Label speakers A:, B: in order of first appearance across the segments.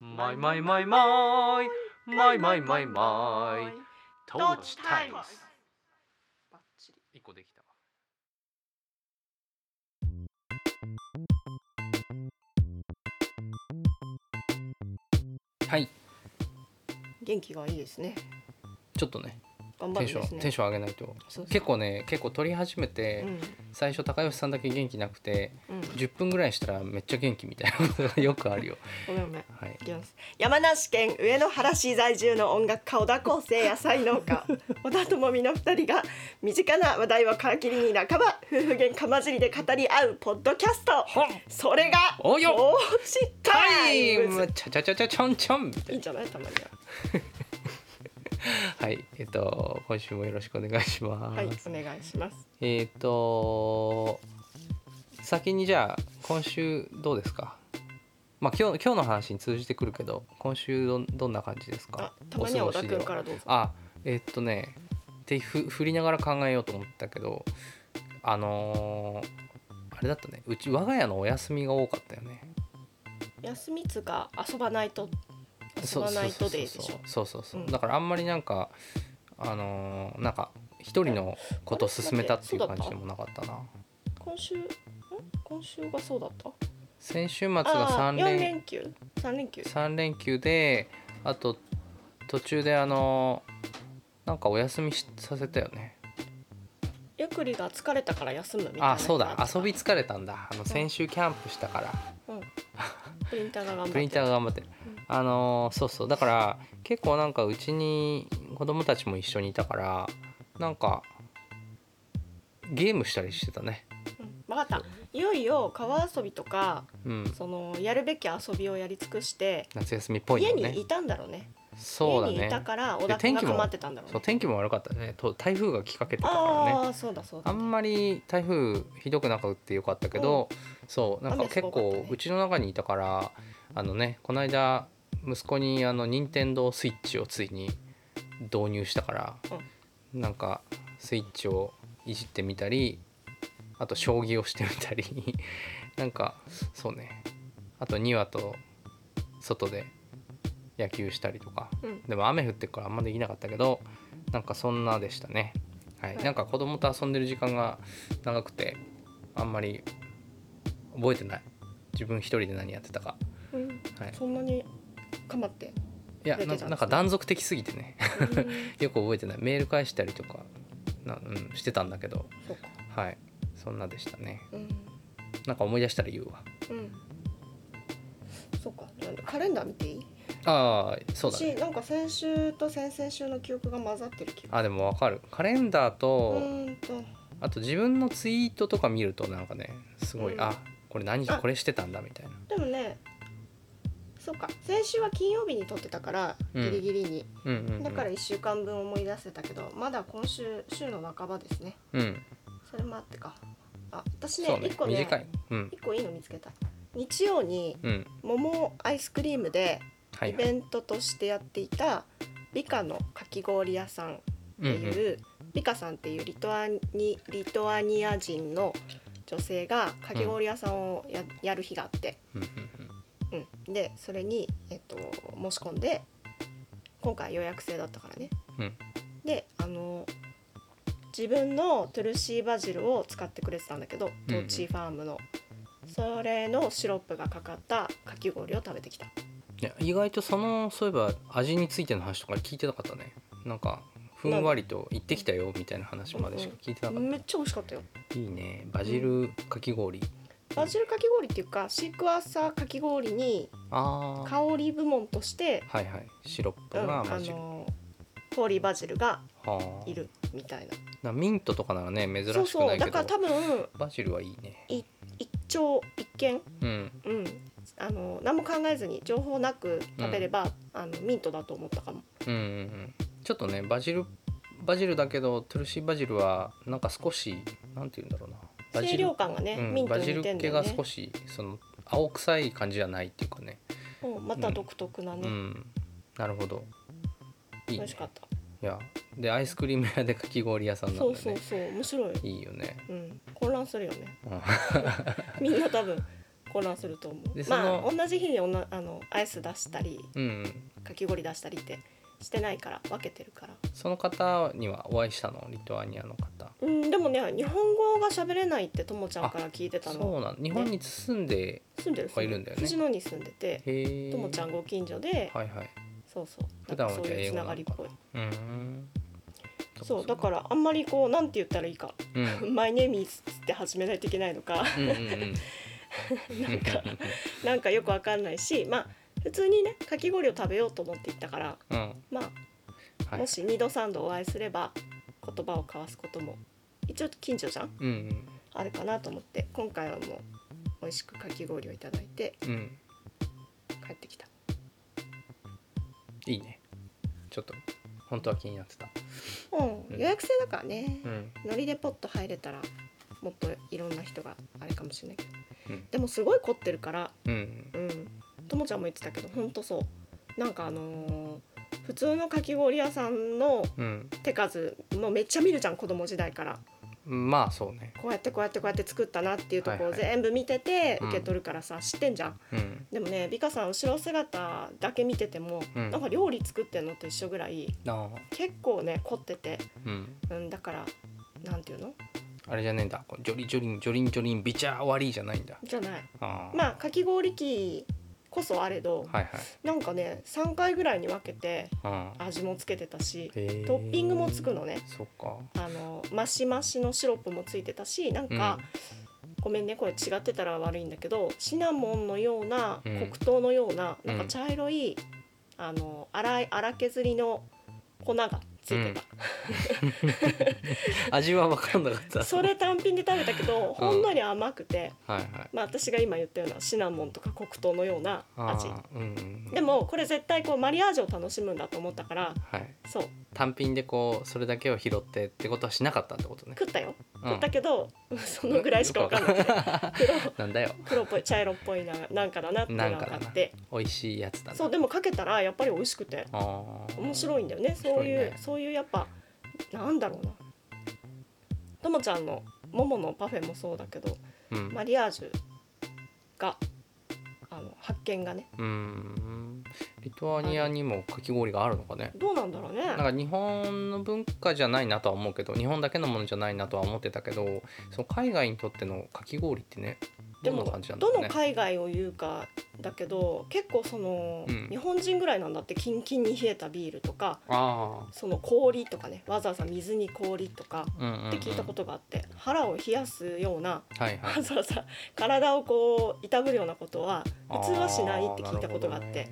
A: マイマイマイマイマイマイマイマイトーチタイムス
B: バッチリ
A: 一個できたわ
C: はい
B: 元気がいいですね
C: ちょっとね
B: 頑張
C: テ
B: る
C: ン
B: ん
C: ショ
B: です
C: ン、
B: ね
C: テンション上げないと
B: そうそう
C: 結構ね結構撮り始めて、最初高吉さんだけ元気なくて
B: うんうん
C: 10分ぐらいしたらめっちゃ元気みたいなことがよくあるよ
B: ごめんごめん
C: はい
B: いきます山梨県上野原市在住の音楽家小田康生野菜農 家小田智美の二人が身近な話題を皮切りに半ば夫婦喧嘩混じりで語り合うポッドキャスト
C: は
B: それが
C: およ
B: 投資タ
C: タ
B: イ
C: イ
B: ムズ
C: ムちゃちゃちゃちゃちょんちょんみた
B: いい
C: い
B: んじゃないたまには
C: なはいえっと今週もよろしくお願いします、
B: はいお願いします
C: えっと先にじゃあ今週どうですかまあ今日今日の話に通じてくるけど今週どんどんな感じです
B: あ
C: か
B: たまには
C: お過
B: 小
C: ごし
B: 田
C: で
B: 君からどうぞ
C: あえっとねってふ振りながら考えようと思ったけどあのーあれだったねうち我が家のお休みが多かったよね
B: 休みつうか遊ばないと遊
C: そう
B: ば
C: そ
B: な
C: う
B: い
C: そ
B: と
C: う
B: で
C: そう
B: でしょ
C: そうそうそう
B: うん
C: だからあんまりなんかあのーなんか一人のことを進めたっていう感じでもなかったな
B: 今週ん今週がそうだった
C: 先週末が
B: ああ
C: 3
B: 4連
C: 連
B: 休三連休
C: 3連休であと途中であのーなんかお休みしさせたよね
B: ゆくりが疲れたから休むみたいな
C: あそうだ遊び
B: つ
C: 疲れたんだあの先週キャンプしたから、
B: プリンターが頑張って
C: プリンターが頑張ってる、あのーそうそうだから結構なんかうちに子供たちも一緒にいたからなんかゲームしたりしてたね
B: うん、分かったいよいよ川遊びとか
C: うん
B: そのやるべき遊びをやり尽くして
C: 夏休みっぽい
B: 家
C: の
B: に
C: ね
B: いたんだろうね
C: そうだ
B: 家にいた
C: ね
B: から
C: で
B: 小田君が
C: 天気も
B: 構ってたんだろう
C: そう
B: ね
C: 天気も悪かったねと台風がきかけてたからね
B: ああそうだそう
C: あ
B: だ、
C: んまり台風ひどくなくてよかったけど、そうなんか
B: 雨す
C: 結
B: ごかったね
C: 構うちの中にいたからあのねこの間息子にあの任天堂スイッチをついに導入したから、なんかスイッチをいじってみたりあと将棋をしてみたり なんかそうねあと2話と外で野球したりとか
B: うん、
C: でも雨降ってるからあんまできなかったけどなんかそんなでしたね、はい
B: はい
C: なんか子供と遊んでる時間が長くてあんまり覚えてない自分一人で何やってたか、
B: うん、
C: はい、
B: そんなに構って、
C: いや
B: やってたん
C: な
B: ですね
C: なんか断続的すぎてね
B: うん
C: よく覚えてないメール返したりとかな、うん、してたんだけど
B: そうか
C: はいそんなでしたね
B: うん
C: なんか思い出したら言うわ
B: うんそうかなんでカレンダー見ていい
C: ああそうだ
B: 私
C: ね
B: なんか先週と先々週の記憶が混ざってる気が
C: あでもわかるカレンダー
B: う
C: と、
B: ーんと
C: あと自分のツイートとか見るとなんかねすごい、
B: うん
C: あこれ何
B: あ
C: これしてたんだみたいな
B: でもねそうか先週は金曜日に撮ってたから
C: うん
B: ギリギリに、
C: うんうんうん、
B: だから1週間分思い出せたけどまだ今週週の半ばですね
C: うん、
B: それもあってかあ私ね
C: そうね
B: 1個ね
C: 短い、うん、
B: 1個いいの見つけた日曜に
C: うん、
B: 桃アイスクリームで
C: は
B: イ
C: いはい、
B: ベントとしてやっていた美香のかき氷屋さんって
C: うん
B: いう、リカさんっていうリトアニリトアニア人の女性がかき氷屋さんをや,、やる日があって、
C: うん、うん
B: うん、でそれに、えっと、申し込んで今回予約制だったからね、
C: うん
B: であの自分のトゥルシーバジルを使ってくれてたんだけどトーチーファームの、それのシロップがかかったかき氷を食べてきた
C: いや意外とそのそういえば味についての話とか聞いてなかったねなんかふんわりと行ってきたよみたいな話までしか聞いてなかっ
B: めっちゃ美味しかったよ
C: た、いいねバジルかき氷、
B: バジルかき氷っていうかシークワーサーかき氷に
C: ああ
B: 香り部門として
C: はいはいシロップ
B: うん、
C: が
B: あ
C: バジル、
B: のホーリーバジルが
C: はい
B: るみたい
C: な
B: な
C: ミントとかならね珍しく
B: そ
C: な
B: う
C: いけど
B: そうだから多分
C: バジルはいいね
B: 一丁一見
C: うん
B: うんあの何も考えずに情報なく食べれば、あのミントだと思ったかも
C: うんうんうんちょっとねバジルバジルだけどトゥルシーバジルはなんか少しなんて言うんだろうなバジ
B: 清
C: ル
B: 涼感がね、
C: うん
B: ミント
C: バ
B: に
C: ジ
B: 似
C: ル
B: てんだ
C: 系
B: よ
C: が
B: ね
C: 少しその青臭い感じじゃないっていうかね
B: うんまた独特な
C: う
B: ね、
C: んなるほどいい,、
B: 美
C: ね、
B: 味しかった、
C: いやでアイスクリーム屋でかき氷屋さんなんだ
B: そ
C: よ
B: う
C: ね
B: そうそう面白い
C: いいよね、
B: うん混乱するよね
C: うん、
B: みんな多分混乱すると思う
C: でそ
B: ま
C: の
B: あ同じ日におなあのアイス出したり
C: うん、
B: かき氷出したりってしてないから分けてるから
C: その方にはお会いしたのリトアニアの方
B: うんでもね日本語が喋れないってともちゃんから聞いてた
C: そ
B: の
C: うなん日本に住んで、
B: 住んでる
C: いるんだよね
B: 藤野に住んでて
C: へえ
B: ともちゃんご近所で
C: はいはい
B: そうそう
C: 普
B: な
C: 段
B: ん
C: は
B: か
C: じ
B: そう
C: ゃあ
B: いう
C: 英
B: つ
C: 語
B: な
C: な
B: が
C: の
B: りっ
C: か
B: ぽい
C: うん
B: そうだからあんまりこうなんて言ったらいいか
C: うん、う
B: 「
C: ん
B: マイネーミーズ」って始めないといけないのか
C: うんうん
B: なんかなんかよくわかんないしまあ普通にねかき氷を食べようと思って行ったから
C: うんうん
B: まあ
C: はい
B: もし2度3度お会いすれば言葉を交わすことも一応近所じゃん
C: うん
B: あるかなと思って今回はもう美味しくかき氷をいただいて
C: うんうん
B: 帰ってきた
C: いいねちょっと本当は気になってた
B: うん
C: うん
B: 予約制だからね
C: うん
B: ノリでポッと入れたらもっといろんな人があれかもしれないけど
C: うん
B: でもすごい凝ってるから
C: うん
B: うんともちゃんも言ってたけどほんとそうなんかあのー普通のかき氷屋さんの
C: うん
B: 手数もうめっちゃ見るじゃん子供時代から
C: まあそうね
B: こうやってこうやってこうやって作ったなっていうとこを
C: はいはい
B: 全部見てて
C: うん
B: 受け取るからさ、知ってんじゃん
C: うん
B: でもね美香さん後ろ姿だけ見てても、
C: うん
B: なんか料理作ってんのと一緒ぐらい
C: あー
B: 結構ね凝ってて、
C: うん
B: うん、だからなんていうの
C: あれじゃねえんだこうジョリジョリンジョリンジョリンビチャー悪いじゃないんだ
B: じゃない
C: あー
B: まあかき氷機こそあれど
C: はいはい
B: なんかね3回ぐらいに分けて
C: あ
B: 味もつけてたし
C: ー
B: トッピングもつくのね
C: そっか
B: あのマシマシのシロップもついてたしなんか、ごめんねこれ違ってたら悪いんだけどシナモンのような、
C: うん
B: 黒糖のような
C: う
B: なんんか茶色い、あの粗い粗削りの粉がついてた、
C: 味は分からなかった
B: それ単品で食べたけどほんのり甘くて、
C: はいはい
B: まあ、私が今言ったようなシナモンとか黒糖のような
C: あ
B: 味
C: ーうんうん
B: でもこれ絶対こうマリアージュを楽しむんだと思ったから
C: はい
B: そう
C: 単品でこうそれだけを拾ってってことはしなかったってことね
B: 食ったよ
C: うん
B: 食ったけど、 そのぐらいしか分かんない黒
C: なんだよ
B: 黒っぽい茶色っぽいななんかだなっていうのが分かって
C: 美味しいやつだな
B: そうでもかけたらやっぱり美味しくて
C: あー
B: 面白いんだよねそういう、
C: 面白いね
B: そういうやっぱなんだろうなともちゃんのもものパフェもそうだけど
C: うん、
B: マリアージュがあの発見がね
C: うんリトアニアにもかき氷があるのかね
B: どうなんだろうね
C: なんか日本の文化じゃないなとは思うけど日本だけのものじゃないなとは思ってたけどその海外にとってのかき氷ってね
B: で
C: どん
B: も
C: な感じなんだろ
B: ど
C: う
B: の
C: ね
B: 海外を言うかだけど結構その、
C: うん
B: 日本人ぐらいなんだってキンキンに冷えたビールとか
C: あ
B: その氷とかねわざわざ水に氷とか
C: あ、うんうんうん、
B: って聞いたことがあって、腹を冷やすような
C: はいは
B: わ
C: い
B: ざわざ体をこういたぶるようなことは普通はしないって聞いたことがあっ
C: ー
B: て、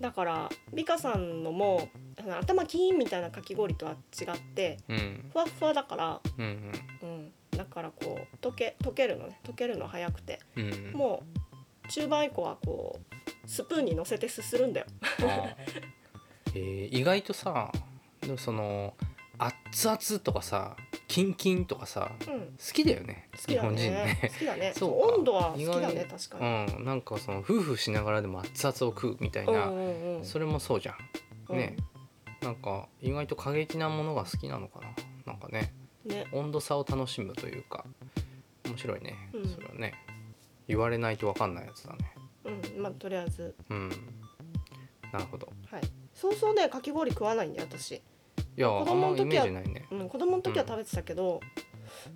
B: だから美香さんのもあの頭キーンみたいなかき氷とは違って
C: なるほどね
B: ふわっふわだから、
C: うんうん
B: うん、だからこう溶け溶けるのね溶けるの早くて
C: うんうん
B: もう中盤以降はこうスプーンに乗せてすするんだよ。
C: あーえー意外とさでもその熱々とかさキンキンとかさ
B: うん
C: 好きだよね
B: 好きだ
C: 日本人
B: ね
C: ね。
B: 好きだね。
C: そ
B: そうう
C: か
B: 温度は好きだ
C: 意
B: ね
C: 外
B: 確かに。
C: うん、なんかその夫婦しながらでも熱々を食うみたいな、
B: んうん
C: それもそうじゃん
B: うん
C: ねなんか意外と過激なものが好きなのかななんかね
B: ね。
C: 温度差を楽しむというか面白いね、
B: うん
C: それはね言われないと分かんないやつだね
B: うんまあとりあえず
C: うんなるほど
B: はい。そうそうねかき氷食わないんだよ私。
C: いや
B: 子
C: あん
B: 供
C: ま
B: の時は
C: イメージないね
B: うん子供の時は食べてたけど、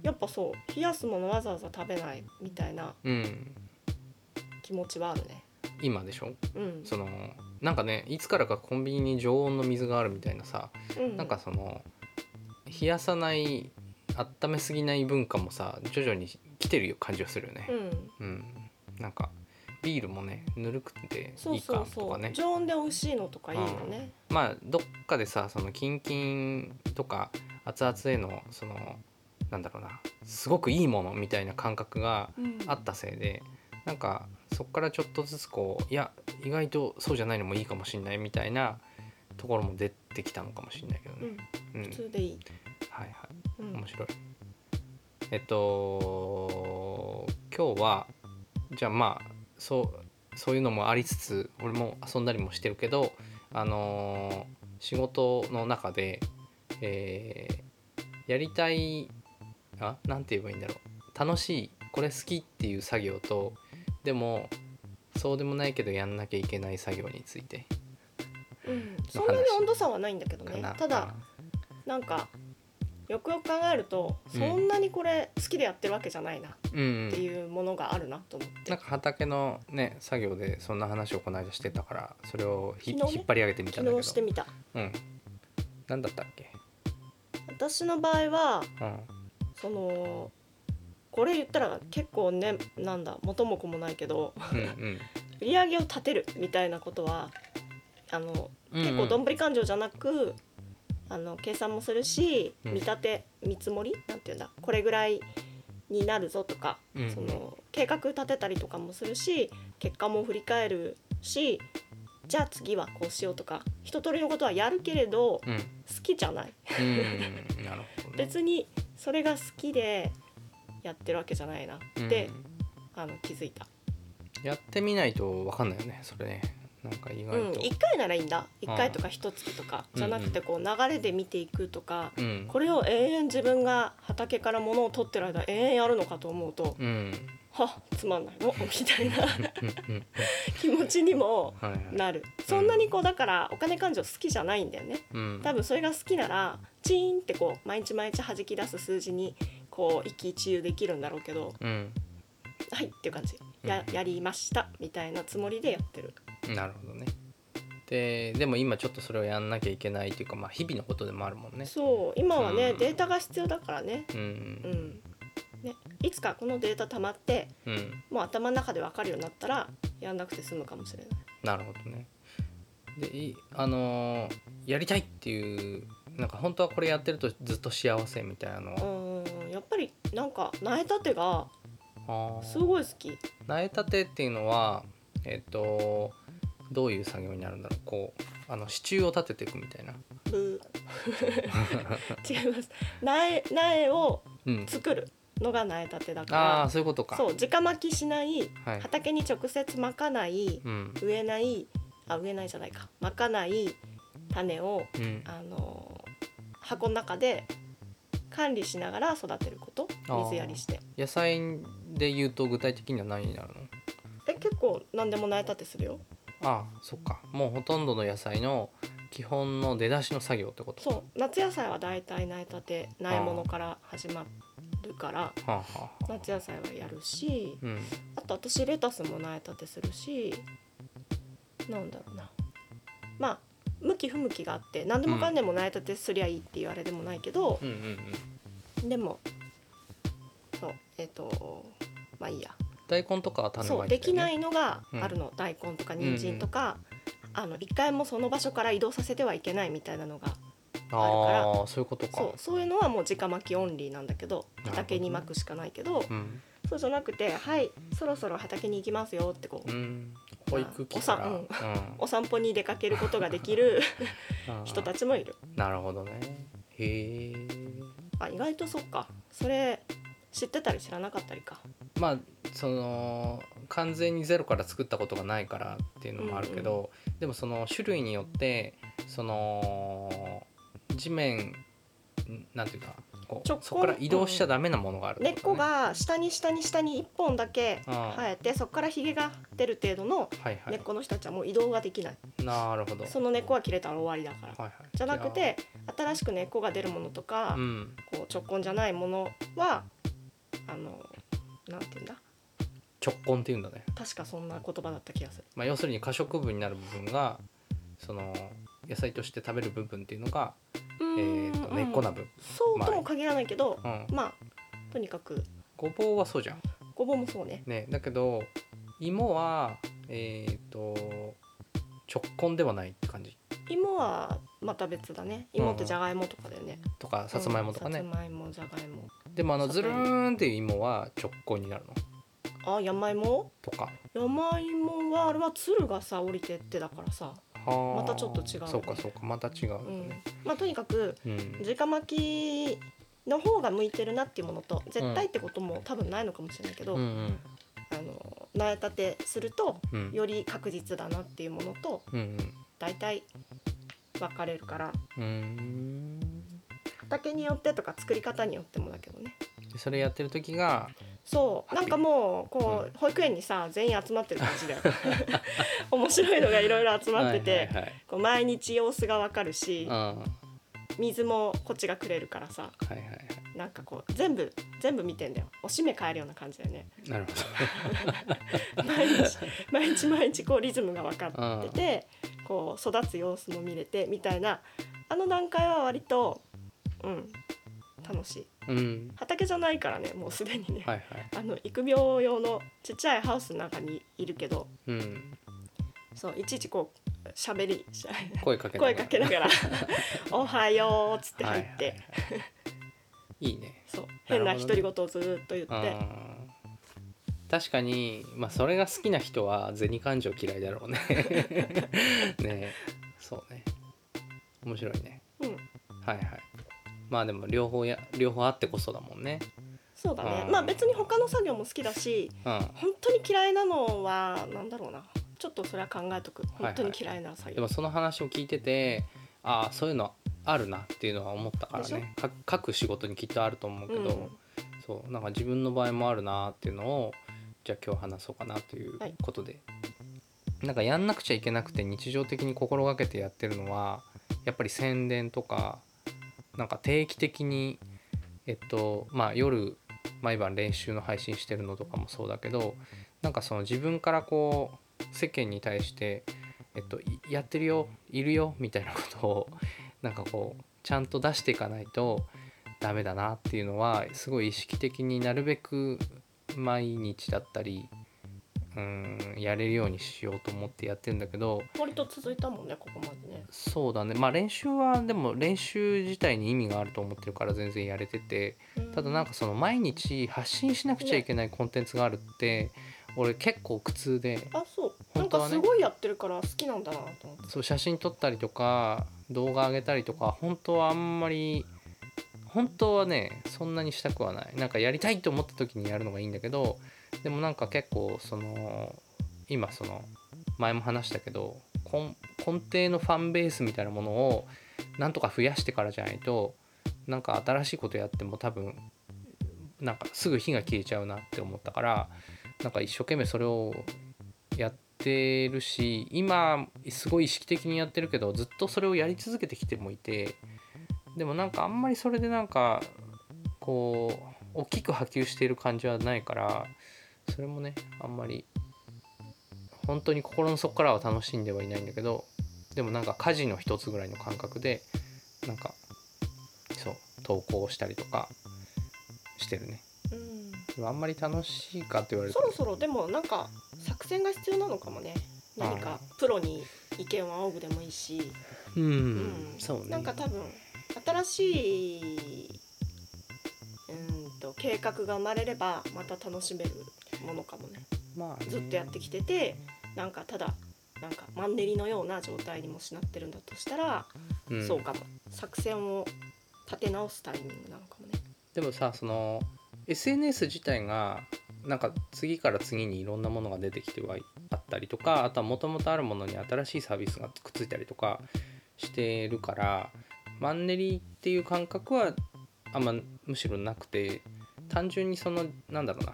B: やっぱそう冷やすものわざわざ食べないみたいな
C: うん
B: 気持ちはあるね。
C: 今でしょ
B: うん。
C: そのなんかねいつからかコンビニに常温の水があるみたいなさ
B: うん
C: なんかその冷やさない温めすぎない文化もさ徐々に来てる感じがするよね
B: うん。
C: うん、なんかビールもねぬるくて
B: そ
C: いうい
B: そ
C: か
B: う
C: と
B: そ
C: か
B: う、
C: ね
B: 常温で美味しいのとかいいよね。
C: まあどっかでさそのキンキンとか熱々へのそのなんだろうなすごくいいものみたいな感覚が
B: うん
C: あったせいでなんかそこからちょっとずつこういや意外とそうじゃないのもいいかもしんないみたいなところも出てきたのかもしんないけど
B: う
C: ね。
B: ん
C: うん
B: 普通でいい。
C: はいは
B: う
C: い、面
B: ん。
C: 白い。えっと今日はじゃあまあそうそういうのもありつつ俺も遊んだりもしてるけどあのー仕事の中で、えーやりたいあなんて言えばいいんだろう楽しいこれ好きっていう作業とでもそうでもないけどやんなきゃいけない作業について
B: うん、そんなに温度差はないんだけど
C: か
B: ね
C: な
B: ただなんかよくよく考えると
C: うん
B: そんなにこれ好きでやってるわけじゃないなっ
C: うんうん
B: ていうものがあるなと思って、
C: なんか畑のね作業でそんな話をこの間してたからそれをひ、
B: 昨日ね
C: 引っ張り上げてみたんだ
B: 昨
C: け
B: 日して
C: ど
B: みた
C: うん何だったっけ
B: 私の場合は
C: うん
B: そのこれ言ったら結構ねなんだ元も子もないけど
C: うん
B: 売り上げを立てるみたいなことはあの
C: うん
B: 結構どん
C: ぶ
B: ぶり勘定じゃなくあの計算もするし
C: うん
B: 見立て見積もりなんていうんだこれぐらいになるぞとか
C: り
B: その計画立てたりとかもするし結果も振り返るしじゃあ次はこうしようとか一通りのことはやるけれど
C: うん
B: 好きじゃない
C: うんうんなるほどね
B: 別にそれが好きでやってるわけじゃないなって、
C: うん
B: あの気づいた、
C: やってみないとわかんないよねそれねなんか意
B: う
C: 外
B: ん、
C: と
B: 1回ならいいんだ1回とか1月とかじゃなくてこう流れで見ていくとか
C: うん
B: これを永遠自分が畑から物を取ってる間永遠やるのかと思うと
C: うんうん
B: はっつまんないのみたいな
C: うん
B: 気持ちにも
C: はいはい
B: なるそんなにこうだからお金勘定好きじゃないんだよね
C: うん
B: 多分それが好きならチーンってこう毎日毎日弾き出す数字にこう一喜一憂できるんだろうけど
C: うん
B: はいっていう感じや
C: うん
B: やりましたみたいなつもりでやってる
C: なるほどねででも今ちょっとそれをやんなきゃいけないっていうかまあ日々のことでもあるもんね
B: そう今はね
C: うん
B: データが必要だからね
C: う
B: うんんねいつかこのデータ溜まって
C: うん
B: もう頭の中で分かるようになったらやんなくて済むかもしれない
C: なるほどね。でいあのーやりたいっていうなんか本当はこれやってるとずっと幸せみたいなの
B: う
C: は
B: んやっぱりなんか苗立てが
C: あ
B: す
C: ー
B: ごい好き
C: 苗立てっていうのはえっ、とどういう作業になるんだろうこうあの支柱を立てていくみたいな。
B: ブー違います苗苗を
C: うん、
B: 作るのが苗立てだ
C: ああ
B: か
C: そういうこと
B: ら
C: か。
B: そう直巻きしない
C: はい。
B: 畑に直接まかない
C: うん
B: 植えないあ植えないじゃないかまかない種を
C: うん、
B: あの箱の中で管理しながら育てること
C: あー
B: 水やりして
C: 野菜で言うと具体的には何になるの
B: え結構何でも苗立てするよ
C: ああそっかもうほとんどの野菜の基本の出だしの作業ってこと
B: そう夏野菜はだいたい苗立て苗物から始まるから
C: はあ、はあはあ、
B: 夏野菜はやるし
C: うん
B: あと私レタスも苗立てするしなんだろうなまあ向き不向きがあって何でもかんでも苗立てすりゃいいっていうあれでもないけど
C: う、んうんうん
B: でもそうえっ、とまあいいや、
C: 大根とかは種
B: そ
C: ま
B: う
C: い
B: できな
C: ね
B: いのがあるの、大根とか人参とか、あの一回もその場所から移動させてはいけないみたいなのがある
C: ああそういうことか
B: そうそういうのはもう直巻きオンリーなんだけど
C: ど
B: 畑に巻くしかないけど
C: うん、
B: そうじゃなくて「はいそろそろ畑に行きますよ」ってこう、
C: うん、保育
B: お
C: 器
B: さ
C: から、
B: うん
C: うん
B: お散歩に出かけることができる人た
C: ち
B: ちもいる
C: なるほどねへえ
B: あ意外とそっかそれ知ってたり知らなかったりか
C: まあその完全にゼロから作ったことがないからっていうのもあるけど、でもその種類によってその地面んなんていうかこう
B: 直根
C: そこから移動しちゃダメなものがあるって
B: 根っ
C: こと
B: こ
C: ね、
B: が下に下に下に1本だけ
C: ああ
B: 生えてそこからひげが出る程度の
C: はいは
B: 根っ
C: い
B: この人たちはもう移動ができない
C: なるほど
B: その根っこは切れたら終わりだから
C: はいはい、
B: じゃなくて新しく根っこが出るものとか、
C: うん、
B: こう直根じゃないものはあのなんていうんだ
C: 直根っていうんだね
B: 確かそんな言葉だった気がする。
C: まあ、要するに可食部になる部分がその野菜として食べる部分っていうのが、えー、と根っこな部分、
B: そうとも限らないけど、
C: うん、
B: まあとにかく
C: ごぼうはそうじゃん、
B: ごぼうもそうね。
C: ね、だけど芋はえっ、と直根ではないって感じ
B: 芋はまた別だね。芋ってじゃがいもとかだよね。
C: とかさつまいもとかね
B: うん、さつまいもじゃがいも。
C: でもあの
B: さ
C: ず
B: つま
C: る
B: いも
C: ーんっていう芋は直根になるの
B: あ山芋？
C: とか
B: 山芋はあれはつるがさ降りてってだから
C: は
B: さ。
C: あ
B: またちょっと違うよね
C: そうかそうかまた違うよ
B: うん
C: ね、。
B: まあとにかく
C: うん
B: 直巻きの方が向いてるなっていうものと絶対ってことも多分ないのかもしれないけど、
C: うんうん
B: あの苗立てすると
C: うん
B: より確実だなっていうものと
C: うん
B: 大体分かれるから
C: うんうーん
B: 畑によってとか作り方によってもだけどね
C: でそれやってる時が
B: そうなんかもうこう保育園にさ全員集まってる感じだよ 面白いのがいろいろ集まってて、
C: はいはい
B: こう毎日様子がわかるし
C: はい、うんは
B: 水もこっちがくれるからさ
C: いはいは
B: なんかこう全部全部見てんだよおしめ変えるような感じだよね
C: いなるほ
B: 毎 日毎日毎日こうリズムが分かっててこう育つ様子も見れてみたいなあの段階は割とうん楽しい
C: どうん
B: 畑じゃないからねもうすでにね、
C: はいはい
B: あの育苗用のちっちゃいハウスの中にいるけど
C: うん
B: そういちいちこう喋りし
C: 声かけなが
B: 声
C: ら
B: かけなが ら「おはよう」っつって入って、
C: はいはいはい、いいね
B: そう変
C: な
B: な
C: るほど
B: 独
C: ね
B: り言をずーっと言って、
C: うん確かに、まあ、それが好きな人は銭感情嫌いだろうねねそうね面白いね
B: うん、
C: はいはいまあでも両方や両方あってこそだもんね
B: そうだね
C: うん
B: まあ別に他の作業も好きだし
C: うん
B: 本当に嫌いなのはなんだろうなちょっとそれは考えとく本当に嫌いな作
C: で
B: 業、
C: もその話を聞いててああそういうのあるなっていうのは思ったから
B: でし
C: ねか各仕事にきっとあると思うけど、
B: うん
C: そうなんか自分の場合もあるなっていうのをじゃあ今日話そうかなという
B: はい
C: ことで、なんかやんなくちゃいけなくて日常的に心がけてやってるのはやっぱり宣伝とかなんか定期的にえっとまあ夜毎晩練習の配信してるのとかもそうだけどなんかその自分からこう世間に対して、えっと、いやってるよいるよみたいなことをなんかこうちゃんと出していかないとダメだなっていうのはすごい意識的になるべく毎日だったりうんやれるようにしようと思ってやってるんだけど
B: 割と続いたもんねここまでね
C: そうだねまあ練習はでも練習自体に意味があると思ってるから全然やれてて。
B: うん
C: ただなんかその毎日発信しなくちゃいけないコンテンツがあるって俺結構苦痛で
B: あそう、なん
C: 本当
B: か
C: はね
B: すごいやってるから好きなんだなと思って
C: そう写真撮ったりとか動画上げたりとか本当はあんまり本当はねそんなにしたくはないなんかやりたいと思った時にやるのがいいんだけどでもなんか結構その今その前も話したけど根根底のファンベースみたいなものをなんとか増やしてからじゃないとなんか新しいことやっても多分なんかすぐ火が消えちゃうなって思ったからなんか一生懸命それをやってるし今すごい意識的にやってるけどずっとそれをやり続けてきてもいてでもなんかあんまりそれでなんかこう大きく波及している感じはないからそれもねあんまり本当に心の底からは楽しんではいないんだけどでもなんか家事の一つぐらいの感覚でなんかそう投稿したりとかしてるね
B: うん
C: でもあんまり楽しいかって言われる
B: そ
C: と
B: ろそろでもなんか作戦が必要なのかもね何かプロに意見を仰ぐでもいいし、
C: うん、
B: うん
C: そうね
B: なんか多分新しいうーんと計画が生まれればまた楽しめるものかもね
C: まあね、
B: ずっとやってきててなんかただなんかマンネリのような状態にもしなってるんだとしたら、
C: うん
B: そうかも作戦を立て直すタイミングなのかもね。
C: でもさその SNS 自体がなんか次から次にいろんなものが出てきてはいあったりとかあとはもともとあるものに新しいサービスがくっついたりとかしてるからマンネリっていう感覚はあんまむしろなくて単純にそのなんだろうな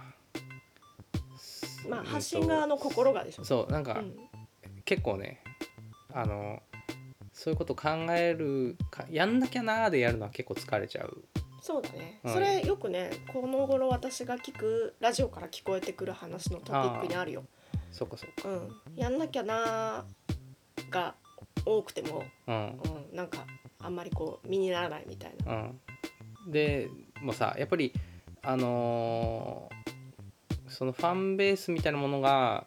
B: まあ
C: うんと
B: 発信側の心がでしょ。
C: そうなん
B: う
C: か、
B: ん
C: 結構ねあのそういうこと考えるかやんなきゃなーでやるのは結構疲れちゃう
B: そうだね、
C: はい
B: それよくねこの頃私が聞くラジオから聞こえてくる話のトピックにあるよ。
C: そうかそう
B: うん、やんなきゃなーが多くても、
C: かうん
B: うん、なんかあんまりこう身にならないみたいな。
C: うん、でもうさやっぱりあのーそのファンベースみたいなものが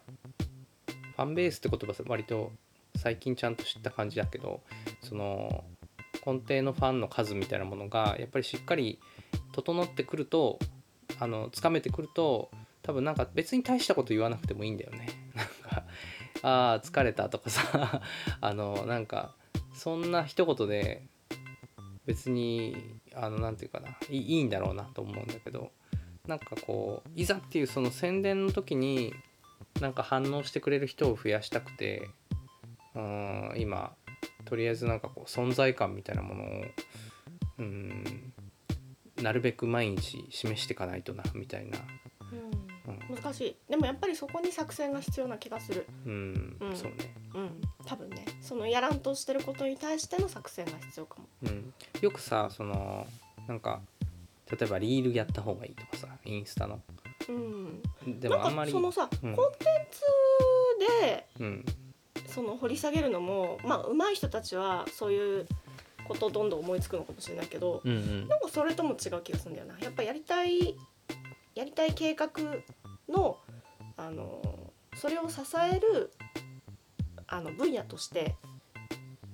C: ファンベースって言葉割と最近ちゃんと知った感じだけどその根底のファンの数みたいなものがやっぱりしっかり整ってくるとあのつかめてくると多分なんか別に大したこと言わなくてもいいんだよね。 なんかあー疲れたとかさ あのなんかそんな一言で別にあのなんていうかないいいんだろうなと思うんだけどなんかこういざっていうその宣伝の時になんか反応してくれる人を増やしたくてうーん今とりあえずなんかこう存在感みたいなものをうーんなるべく毎日示していかないとなみたいな
B: うん、難しいでもやっぱりそこに作戦が必要な気がする、
C: うん、
B: うん
C: そうね、
B: うん、多分ねそのやらんとしてることに対しての作戦が必要かも
C: うん、よくさそのなんか例えばリールやった方がいいとかさインスタの
B: うん
C: でもあん
B: な
C: ま
B: んか
C: り
B: そのさ、
C: うん
B: コンテンツで
C: うん
B: その掘り下げるのもまあ上手い人たちはそういうことをどんどん思いつくのかもしれないけど、
C: うんうん
B: なんかそれとも違う気がするんだよなやっぱやりたいやりたい計画のあのそれを支えるあの分野として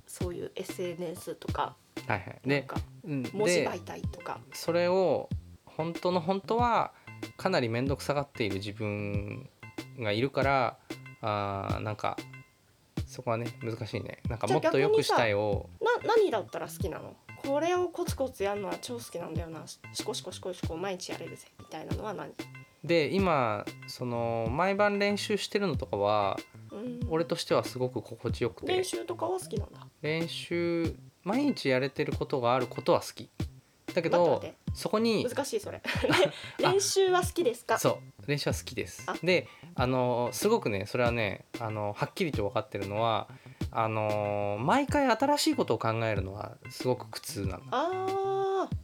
B: そういう SNS とか
C: はいはい
B: なん
C: で
B: か
C: うん
B: 文字
C: で
B: 媒体とか
C: それを本当の本当はかなり面倒くさがっている自分がいるからあーなんかそこはね難しいねなんか
B: じゃ
C: も
B: あ
C: っと良
B: 逆
C: く
B: にさ
C: したいを
B: な何だったら好きなのこれをコツコツやるのは超好きなんだよなししこしこしこしこ毎日やれるぜみたいなのは何、
C: で今その毎晩練習してるのとかは
B: うん、
C: 俺としてはすごく心地よくて
B: 練習とかは好きなんだ
C: 練習毎日やれてることがあることは好きだけ
B: 待っ
C: ど
B: て待
C: そこに
B: 難し いそれ練習は好きですか
C: そう練習は好きです
B: あ
C: であのすごくねそれはねあのはっきりと分かってるのはあの毎回新しいことを考えるのはすごく苦痛なんだ
B: あー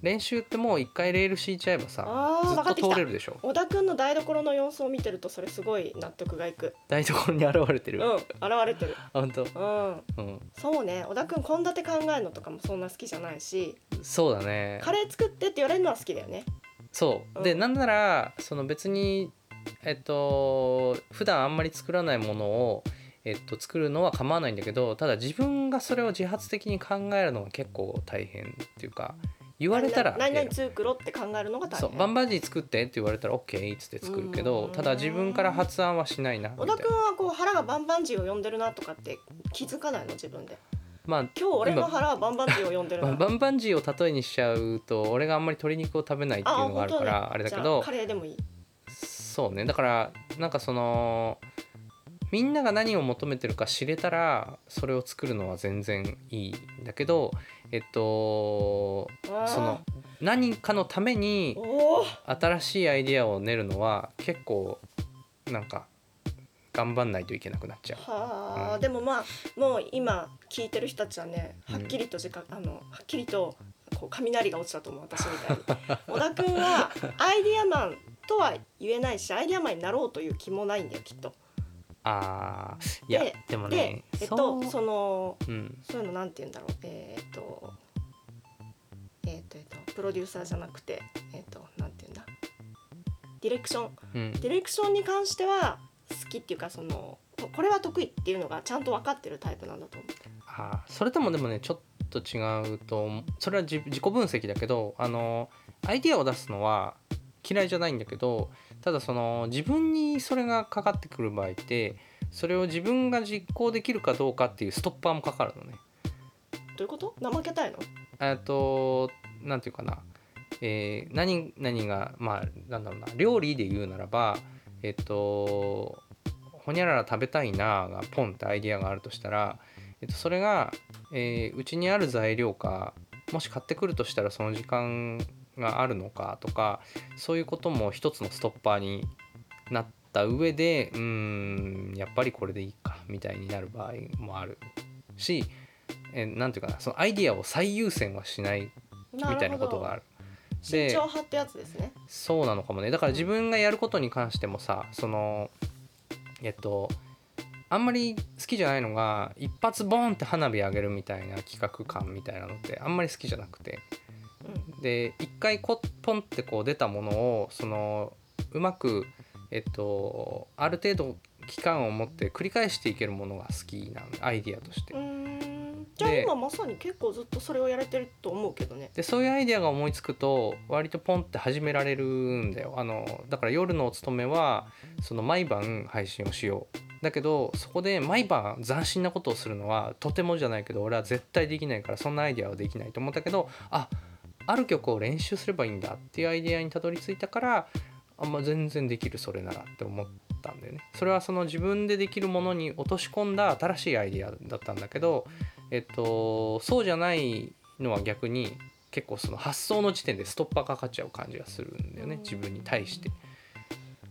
C: 練習ってもう一回レール敷いちゃえばさ
B: あー
C: ず
B: 分か
C: っ
B: って
C: と
B: き
C: 通
B: た
C: れるでしょ
B: 小田君の台所の様子を見てるとそれすごい納得がいく
C: 台所に現れて
B: う
C: る、
B: ん
C: あ
B: 現れてる
C: 本当
B: うん
C: うん
B: そうね小田君献立考えるのとかもそんな好きじゃないし
C: そうだね
B: カレー作ってって言われるのは好きだよね
C: そう
B: うん
C: でなんならその別にえっと普段あんまり作らないものをえっと、作るのは構わないんだけどただ自分がそれを自発的に考えるのが結構大変っていうか言われたら
B: 何
C: や
B: 々
C: る
B: 作ろうって考えるのが大
C: そう
B: 変
C: バンバンジー作ってって言われたら OK っつって作るけ
B: う
C: ど
B: ん
C: ただ自分から発案はしないなみた
B: 小
C: いな
B: 田君はこう腹がバンバンジーを呼んでるなとかって気づかないの自分で
C: まあ
B: 今日俺の腹はバンバンジーを呼んでる
C: まあ
B: な
C: バンバンジーを例えにしちゃうと俺があんまり鶏肉を食べないっていうのがあるか
B: 本当
C: らあれだけど
B: じゃあカレーでもいい
C: そうねだからなんかそのみんなが何を求めてるか知れたらそれを作るのは全然いいんだけどえっとその何かのために
B: おおー
C: 新しいアイディアを練るのは結構なんか頑張んないといけなくなっちゃう。
B: はあ、
C: うん
B: でもまあもう今聞いてる人たちはね
C: うん
B: はっきりと時間、あのはっきりとこう雷が落ちた と思う私みたいに小田君はアイディアマンとは言えないしアイディアマンになろうという気もないんだよきっと。
C: あーいや
B: で
C: でも
B: で
C: ね
B: えっと
C: そう
B: その
C: うん
B: そういうのなんて言うんだろうえーっとえーっとえーっとプロデューサーじゃなくてえーっとなんて言うんだディレクション
C: うん
B: ディレクションに関しては好きっていうかそのこれは得意っていうのがちゃんと分かってるタイプなんだと思う。
C: あーそれともでもねちょっと違うと思うそれは自自己分析だけどあのアイディアを出すのは嫌いじゃないんだけどただその自分にそれがかかってくる場合ってそれを自分が実行できるかどうかっていうストッパーもかかるのね。
B: どういうこと怠けたいの
C: えっとなんていうかな、えー何何がまあなんだろうな料理で言うならばえっとほにゃらら食べたいながポンってアイディアがあるとしたら、えっと、それが、えーうちにある材料かもし買ってくるとしたらその時間があるのかとかそういうことも一つのストッパーになった上でうーんやっぱりこれでいいかみたいになる場合もあるしえーなんていうかなそのアイディアを最優先はしない
B: み
C: みたいなことがあるで
B: 慎重派ってやつですね
C: そうなのかもねだから自分がやることに関してもさそのえっとあんまり好きじゃないのが一発ボーンって花火上げるみたいな企画感みたいなのってあんまり好きじゃなくて
B: うん
C: で一回こポンってこう出たものをそのうまくえっとある程度期間を持って繰り返していけるものが好きなのアイディアとして
B: う。ーんじゃあ
C: で
B: 今まさに結構ずっとそれをやれてると思うけどね
C: でそういうアイデアが思いつくと割とポンって始められるんだよあのだから夜のお勤めはその毎晩配信をしようだけどそこで毎晩斬新なことをするのはとてもじゃないけど俺は絶対できないからそんなアイデアはできないと思ったけどあある曲を練習すればいいんだっていうアイデアにたどり着いたからあんま全然できるそれならって思ったんだよねそれはその自分でできるものに落とし込んだ新しいアイデアだったんだけどえっとそうじゃないのは逆に結構その発想の時点でストッパーかかっちゃう感じがするんだよね自分に対して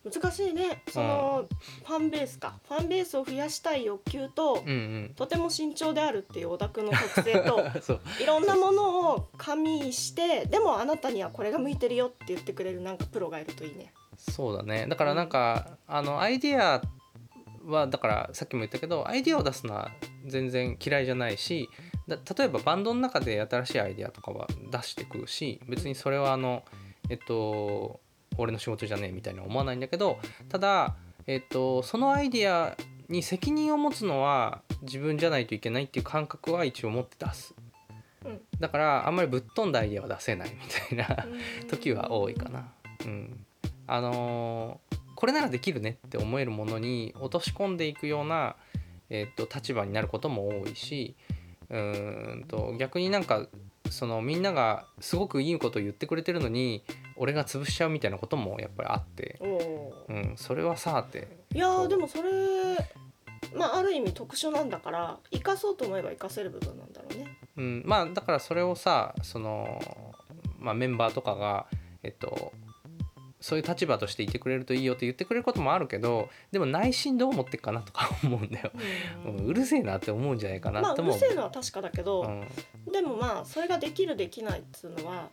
B: 難しいねそのファンベースかファンベースを増やしたい欲求と、
C: うん
B: とても慎重であるっていうオタクの特 性と
C: うん そう
B: いろんなものを加味してでもあなたにはこれが向いてるよって言ってくれるなんかプロがいるといいね。
C: そうだねだからなんかあのアイディアはだからさっきも言ったけどアイディアを出すのは全然嫌いじゃないしだ例えばバンドの中で新しいアイディアとかは出してくるし別にそれはあのえっと俺の仕事じゃねえみたいには思わないんだけどただえっとそのアイディアに責任を持つのは自分じゃないといけないっていう感覚は一応持って出す
B: うん
C: だからあんまりぶっ飛んだアイディアは出せないみたいな時は多いか
B: な。
C: な。うん、あのーこれならできるねって思えるものに落とし込んでいくような、えっと立場になることも多いしうーんと逆になんかそのみんながすごくいいことを言ってくれてるのに俺が潰しちゃうみたいなこともやっぱりあって、
B: おお
C: うん、それはさって
B: いやーでもそれまあある意味特殊なんだから生かそうと思えば生かせる部分なんだろうね。
C: うん、まあだからそれをさその、まあ、メンバーとかが、えっと、そういう立場としていてくれるといいよって言ってくれることもあるけどでも内心どう思ってっかなとか思うんだよ、うんうるせえなって思うんじゃないか
B: ま
C: な
B: あ
C: と
B: う
C: も
B: る
C: 思
B: せえのは確かだけど、
C: う、うん、
B: でもまあそれができるできないっつうのは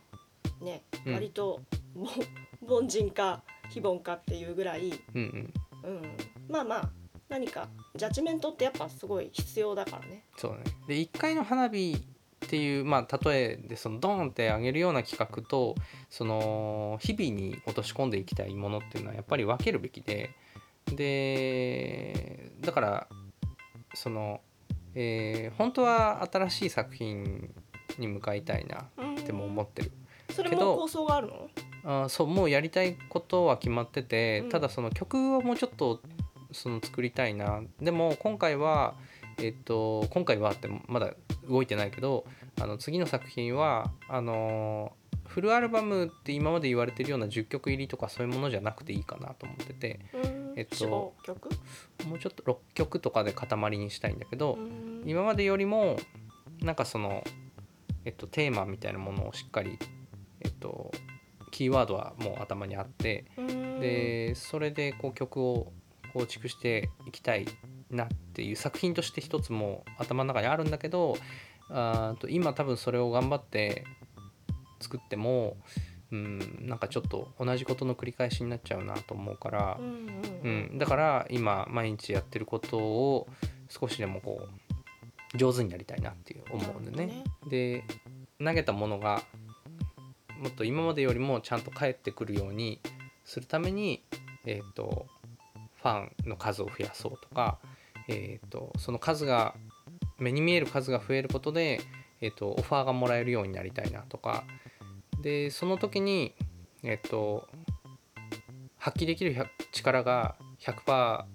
B: ね、
C: うん
B: 割とぼ凡人か非凡かっていうぐらい、
C: うん
B: うん、まあまあ何かジャッジメントってやっぱすごい必要だからね。
C: そうねで1回の花火っていう、まあ、例えでそのドーンって上げるような企画とその日々に落とし込んでいきたいものっていうのはやっぱり分けるべきででだからその、えー本当は新しい作品に向かいたいなっても思ってる
B: それ
C: け
B: も
C: ど
B: 構想があるの
C: あーそうもうやりたいことは決まってて、
B: うん
C: ただその曲をもうちょっとその作りたいなでも今回はえっと今回はってまだ動いてないけどあの次の作品はあのーフルアルバムって今まで言われてるような10曲入りとかそういうものじゃなくていいかなと思ってて
B: うん
C: えっと
B: 四五曲
C: もうちょっと6曲とかで塊にしたいんだけど、
B: うん
C: 今までよりもなんかその、えっと、テーマみたいなものをしっかり、えっと、キーワードはもう頭にあって、
B: うん
C: でそれでこう曲を構築していきたいなっていう作品として一つもう頭の中にあるんだけどあーと今多分それを頑張って作ってもうんなんかちょっと同じことの繰り返しになっちゃうなと思うから
B: う、んう
C: うんん、だから今毎日やってることを少しでもこう上手になりたいなっていう思うんでね。で投げたものがもっと今までよりもちゃんと返ってくるようにするために、えー、とファンの数を増やそうとか、えー、とその数が目に見える数が増えることで、えー、とオファーがもらえるようになりたいなとかでその時に、えー、と発揮できる100力が100%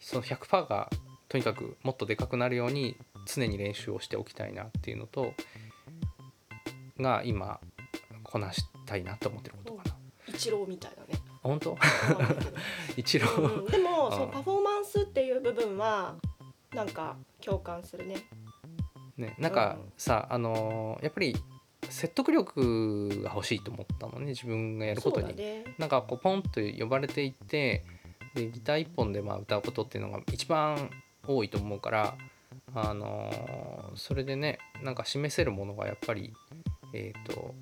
C: その100%がとにかくもっとでかくなるように常に練習をしておきたいなっていうのとが今こなしたいなと思ってることかな。
B: 一郎みたいだね
C: あ本当
B: わかんないけど
C: 一郎
B: うん でもそう
C: うん
B: パフォーマンスっていう部分はなんか共感するね。
C: ね、なんか
B: うん
C: さ、あのーやっぱり説得力が欲しいと思ったのね自分がやることに、
B: そうだね。
C: なんかこうポンと呼ばれていってでギター一本でまあ歌うことっていうのが一番多いと思うから、あのーそれでねなんか示せるものがやっぱりえっ、と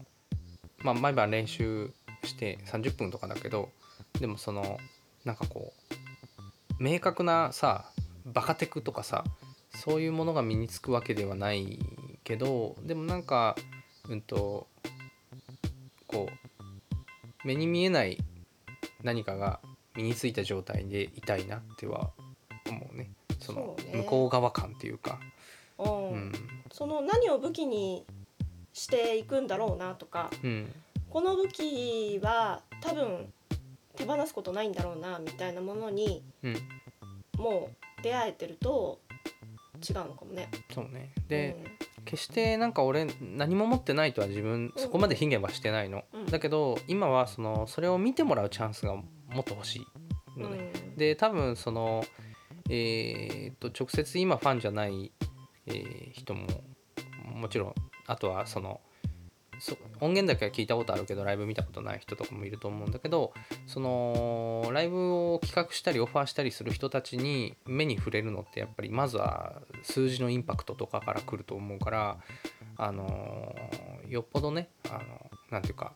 C: まあ毎晩練習して30分とかだけどでもそのなんかこう明確なさバカテクとかさそういうものが身につくわけではないけどでもなんかうんとこう目に見えない何かが身についた状態でいたいなっては思うねその
B: そうね
C: 向こう側感っていうか、
B: うん
C: うん
B: その何を武器にしていくんだろうなとか
C: うん
B: この武器は多分手放すことないんだろうなみたいなものに
C: うん、
B: もう出会えてると違うのかもね。
C: そうねで、決してなんか俺何も持ってないとは自分
B: うん
C: そこまで卑下はしてないの、
B: うん
C: だけど今はそのそれを見てもらうチャンスがもっと欲しい
B: うん
C: のね、
B: うん
C: で多分そのえーっと直接今ファンじゃない、えー人ももちろんあとはそのそ音源だけは聞いたことあるけどライブ見たことない人とかもいると思うんだけどそのライブを企画したりオファーしたりする人たちに目に触れるのってやっぱりまずは数字のインパクトとかから来ると思うからあのーよっぽどねあのなんていうか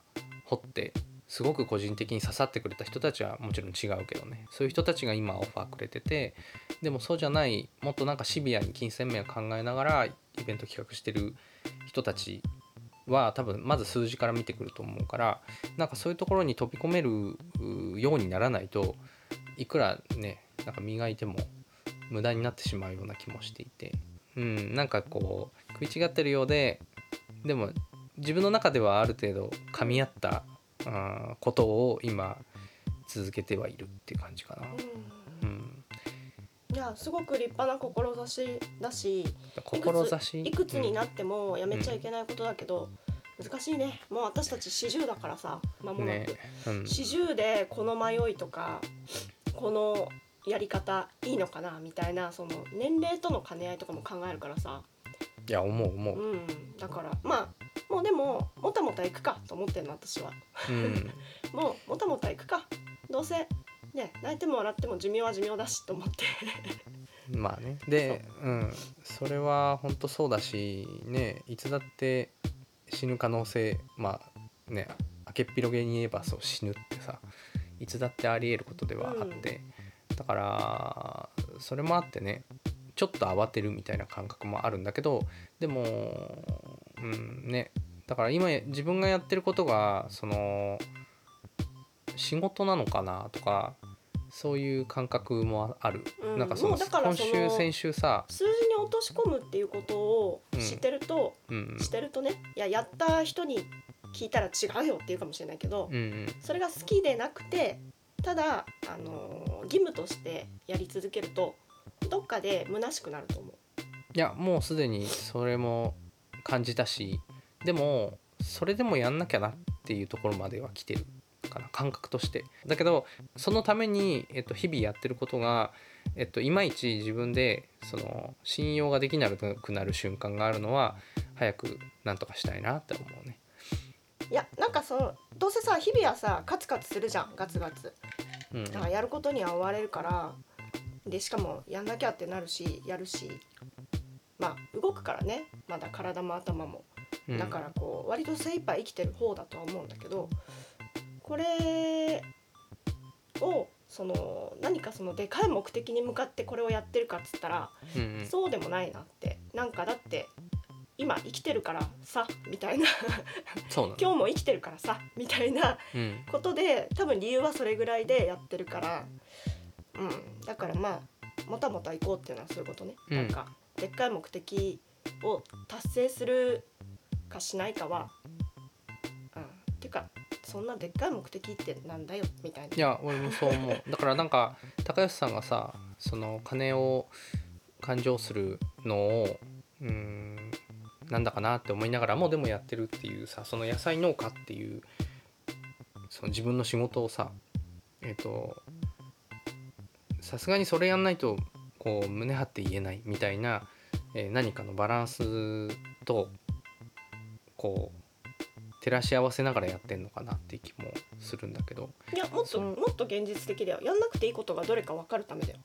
C: 掘ってすごく個人的に刺さってくれた人たちはもちろん違うけどねそういう人たちが今オファーくれててでもそうじゃないもっとなんかシビアに金銭面を考えながらイベント企画してる人たちは多分まず数字から見てくると思うからなんかそういうところに飛び込めるうようにならないといくらねなんか磨いても無駄になってしまうような気もしていて、うん、なんかこう食い違ってるようででも自分の中ではある程度噛み合ったうんことを今続けてはいるっていう感じかな。
B: う
C: うん、
B: ん、いやすごく立派な志だし
C: 志
B: いくついくつになってもやめちゃいけないことだけど、難しいねもう私たち40だからさ間
C: う
B: も
C: ん
B: な
C: ね
B: く、
C: うん、
B: 40でこの迷いとかこのやり方いいのかなみたいなその年齢との兼ね合いとかも考えるからさ、
C: いや思う思
B: う
C: う、
B: ん、だからまあもうでももたもた行くかと思ってるの私は
C: うん、
B: もうもたもた行くかどうせね泣いても笑っても寿命は寿命だしと思って
C: まあねでうんそれは本当そうだしねいつだって死ぬ可能性まあね明けっぴろげに言えばそう死ぬってさいつだってありえることではあって、だからそれもあってねちょっと慌てるみたいな感覚もあるんだけどでもうんねだから今自分がやってることがその仕事なのかなとかそういう感覚もある、
B: うん
C: なんかその
B: もうだから
C: 今
B: その
C: 週先週さ、
B: 数字に落とし込むっていうことを知ってると、
C: うん
B: 知ってるとねいややった人に聞いたら違うよって言うかもしれないけど、
C: うんうん、
B: それが好きでなくてただ、あのー義務としてやり続けるとどっかで虚しくなると思う。
C: いやもうすでにそれも感じたしでもそれでもやんなきゃなっていうところまでは来てるかな感覚としてだけどそのために、えっと、日々やってることが、えっと、いまいち自分でその信用ができなくなる瞬間があるのは早くなんとかしたいなって思うね
B: いやなんかそのどうせさ日々はさカツカツするじゃんガツガツ
C: うん
B: だからやることには追われるからでしかもやんなきゃってなるしやるしまあ動くからねまだ体も頭も
C: うん
B: だからこう割と精一杯生きてる方だとは思うんだけどこれをその何かそのでかい目的に向かってこれをやってるかっつったら
C: うんうん
B: そうでもないなってなんかだって今生きてるからさみたいな
C: そうなの
B: 今日も生きてるからさみたいな
C: うん
B: ことで多分理由はそれぐらいでやってるからうんだからまあもたもた行こうっていうのはそういうことね、
C: うん
B: なんかでっかい目的を達成するかしないかはうんっていうかそんなでっかい目的ってなんだよみたいない
C: や俺もそう思うだからなんか高安さんがさその金を勘定するのをうーんなんだかなって思いながらもでもやってるっていうさその野菜農家っていうその自分の仕事をさえっ、とさすがにそれやんないとこう胸張って言えないみたいな、えー何かのバランスとこう照らし合わせながらやってんのかなっていう気もするんだけど
B: いやもっと
C: そう
B: もっと現実的だよやんなくていいことがどれか分かるためだよ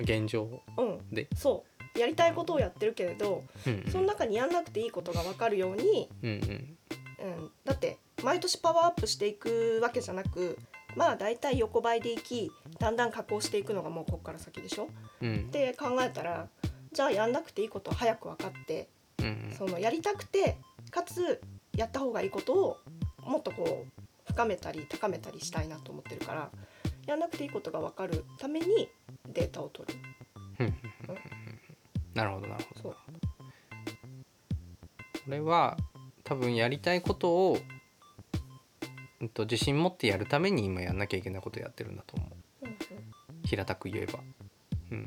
C: 現状
B: うん
C: で、
B: そうやりたいことをやってるけれど
C: うんうん、
B: その中にやんなくていいことが分かるように
C: うんうん
B: うん、だって毎年パワーアップしていくわけじゃなくまあ大体横ばいでいきだんだん加工していくのがもうこっから先でしょ
C: うん
B: って考えたらじゃあやんなくていいことは早く分かって
C: うんうん
B: そのやりたくてかつやった方がいいことをもっとこう深めたり高めたりしたいなと思ってるからやんなくていいことが分かるためにデータを取る。
C: うんうんうんなるほどなるほど
B: そう
C: これは多分やりたいことを、うん、と自信持ってやるために今やんなきゃいけないことやってるんだと思う平たく言えば、うん、や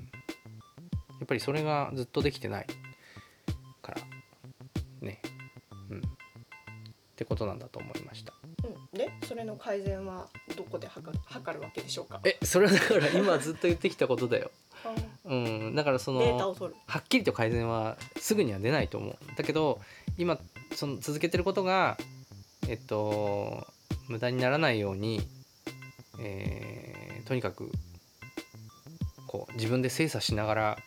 C: っぱりそれがずっとできてないからねうんってことなんだと思いました
B: うん、でそれの改善はどこで測る測るわけでしょうか
C: えそれはだから今ずっと言ってきたことだよ
B: あ
C: うんだからそ
B: ー
C: の
B: データを取る
C: はっきりと改善はすぐには出ないと思うだけど今その続けてることがえっと無駄にならないように、えーとにかくこう自分で精査しながら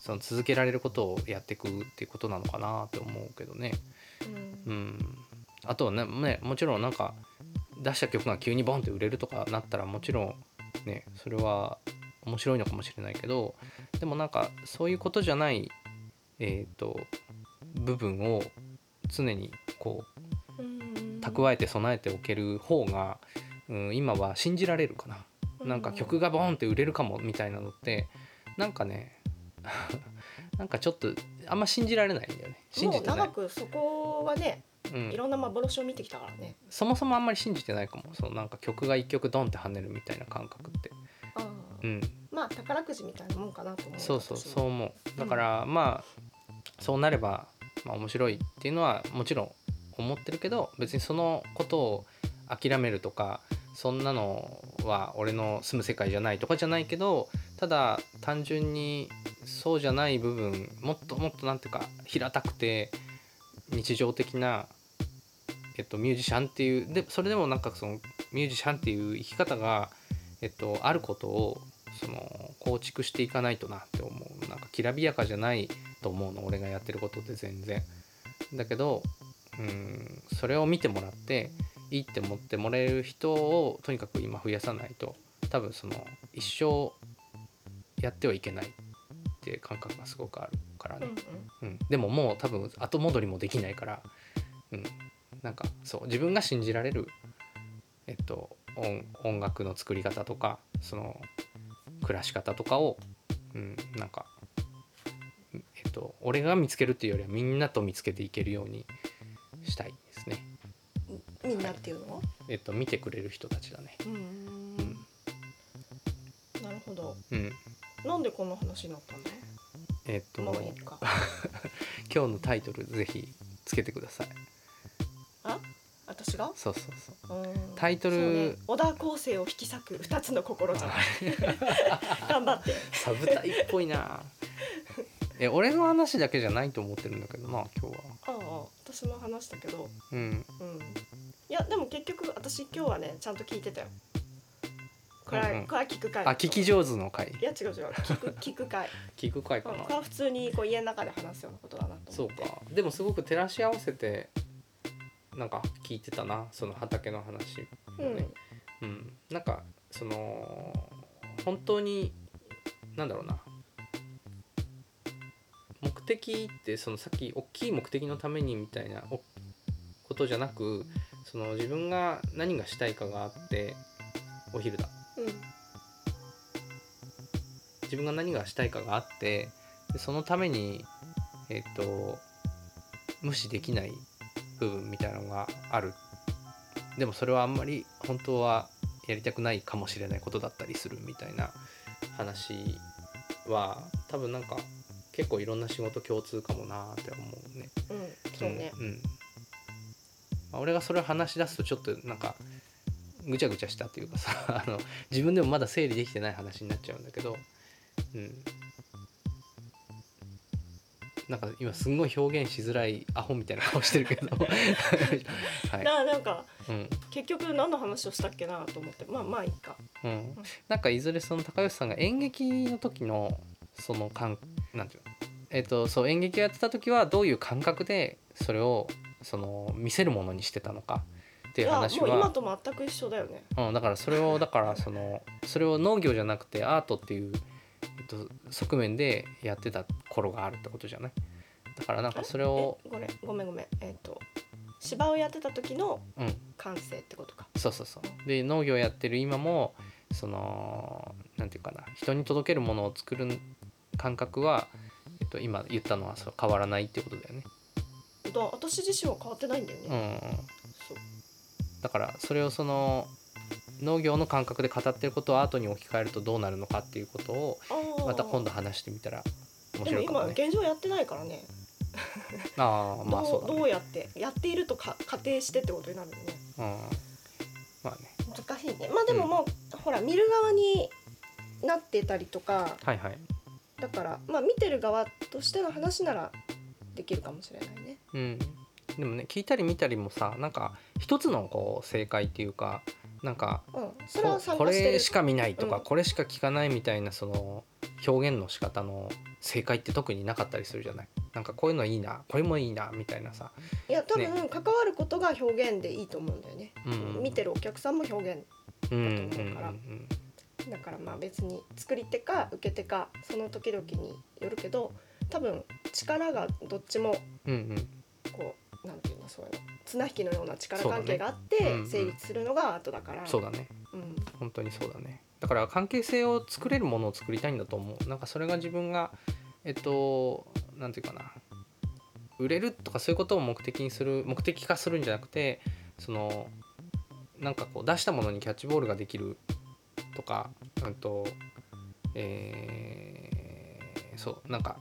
C: その続けられることをやっていくっていうことなのかなって思うけどね。
B: うん
C: うん、あとはねねもちろんなんか出した曲が急にボンって売れるとかなったらもちろんねそれは面白いのかもしれないけどでもなんかそういうことじゃない、えー、と部分を常にこう
B: うん
C: 蓄えて備えておける方が、うん、今は信じられるかな。なんか曲がボーンって売れるかもみたいなのってなんかね なんかちょっとあんま信じられないんだよね信じて
B: もう
C: な
B: 長
C: い、
B: くそこはね
C: うん
B: い、ろんな幻を見てきたからね
C: そもそもあんまり信じてないかもそのなんか曲が一曲ドンって跳ねるみたいな感覚って
B: あー
C: うん
B: まあ宝くじみたいなもんかなと思う
C: そうそう
B: 私
C: そう
B: も
C: 思うだからまあそうなれば、まあ、面白いっていうのはもちろん思ってるけど別にそのことを諦めるとかそんなのは俺の住む世界じゃないとかじゃないけどただ単純にそうじゃない部分もっともっとなんていうか平たくて日常的な、えっと、ミュージシャンっていうでそれでもなんかそのミュージシャンっていう生き方が、えっと、あることをその構築していかないとなって思うなんかきらびやかじゃないと思うの俺がやってることって全然だけどうんそれを見てもらっていいって思ってもらえる人をとにかく今増やさないと多分その一生やってはいけないっていう感覚がすごくあるからね、うん、でももう多分後戻りもできないから、うん、なんかそう自分が信じられる、えっと、音音楽の作り方とかその暮らし方とかを、うん、なんか、えっと、俺が見つけるっていうよりはみんなと見つけていけるようにしたいですね。
B: うんうんみんなっていうの
C: えっと、見てくれる人たちだね。
B: うん
C: うん
B: なるほど
C: うん
B: なんでこんな話になったんだ
C: えっと、
B: まあいいか
C: 今日のタイトルぜひつけてください。
B: あ私が
C: そうそうそう。
B: うん
C: タイトル
B: そうね小田康生を引き裂く二つの心じゃない 頑張って
C: サブタイっぽい なえ俺の話だけじゃないと思ってるんだけどな今日は
B: ああ私も話したけど
C: うん
B: うんいやでも結局私今日はねちゃんと聞いてたよこれは、
C: うんうん
B: これは聞く会
C: あ聞き上手の回
B: いや違う違う聞く聞 く会
C: 聞く回か
B: こ
C: な
B: れは普通にこう家の中で話すようなことだなと
C: そ
B: 思
C: う
B: って
C: かでもすごく照らし合わせてなんか聞いてたなその畑の話
B: う
C: もね
B: ん、
C: うんなんかその本当になんだろうな目的ってそのさっき大きい目的のためにみたいなおことじゃなくその自分が何がしたいかがあってお昼だ自分が何がしたいかがあってでそのためにえっ、と無視できない部分みたいなのがあるでもそれはあんまり本当はやりたくないかもしれないことだったりするみたいな話は多分なんか結構いろんな仕事共通かもなーって思うね。
B: うん、うん、そうね、
C: んうんまあ、俺がそれを話し出すとちょっとなんかぐちゃぐちゃしたというかさ あの自分でもまだ整理できてない話になっちゃうんだけど、うん、なんか今すんごい表現しづらいアホみたいな顔してるけ ど、はい
B: ななんか
C: うん
B: 結局何の話をしたっけなと思ってまあまあいいか
C: うん、なんかいずれその高吉さんが演劇の時のその感なんていうのえっ、とそう演劇をやってた時はどういう感覚でそれをその見せるものにしてたのかって
B: い
C: いう
B: やもう
C: 話は
B: 今と全く一緒だよね
C: うん、だからそれをだからそのそれを農業じゃなくてアートっていう、えっと、側面でやってた頃があるってことじゃないだからなんかそれ
B: え
C: を
B: ごめんごめんごめんえっ、と芝をやってた時の
C: うん
B: 感性ってことか
C: そうそうそうで農業やってる今もそのなんていうかな人に届けるものを作る感覚は、えっと、今言ったのはそう変わらないってことだよね、
B: だ私自身は変わってないんだよね、
C: うん、
B: そう
C: だからそれをその農業の感覚で語ってることをアートに置き換えるとどうなるのかっていうことを
B: あー
C: また今度話してみたら面
B: でも
C: 白いかも
B: 今
C: ね。
B: 現状やってないからね
C: ああ
B: どう,、
C: まあそうだ
B: ど
C: ね。
B: うやってやっているとか仮定してってことになるよね
C: うん、まあね。
B: 難しいねまあでももう、ほら見る側になってたりとか
C: はいはい。
B: だからまあ見てる側としての話ならできるかもしれないね
C: うん。でもね聞いたり見たりもさなんか一つのこう正解っていうかなんか
B: うん、それは参
C: こ
B: 加して
C: れ
B: る
C: しか見ないとか、
B: うん
C: これしか聞かないみたいなその表現の仕方の正解って特になかったりするじゃないなんかこういうのいいなこれもいいなみたいなさ、
B: いや多分、
C: ね
B: 関わることが表現でいいと思うんだよね、
C: うんうん、
B: 見てるお客さんも表現
C: うんうん
B: だと思うからだからまあ別に作り手か受け手かその時々によるけど多分力がどっちも
C: うんうんうん
B: こうなんていうのそういうの綱引きのような力
C: そうだ
B: 関
C: ね
B: 係があっ
C: うんう
B: て
C: ん
B: 成立するのがアートだから、
C: そうだね
B: うん
C: 本当にそうだねだから関係性を作れるものを作りたいんだと思うなんかそれが自分がえっとなんていうかな売れるとかそういうことを目的にする目的化するんじゃなくてそのなんかこう出したものにキャッチボールができるとかうんとえーそうなんか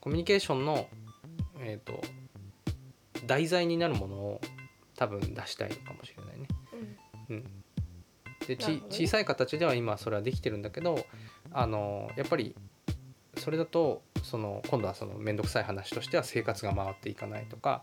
C: コミュニケーションのえっ、と題材になるものを多分出したいのかもしれないね。
B: うん
C: うん、で
B: なる
C: ち
B: ほどね
C: 小さい形では今それはできてるんだけどあのやっぱりそれだとその今度はその面倒くさい話としては生活が回っていかないとか、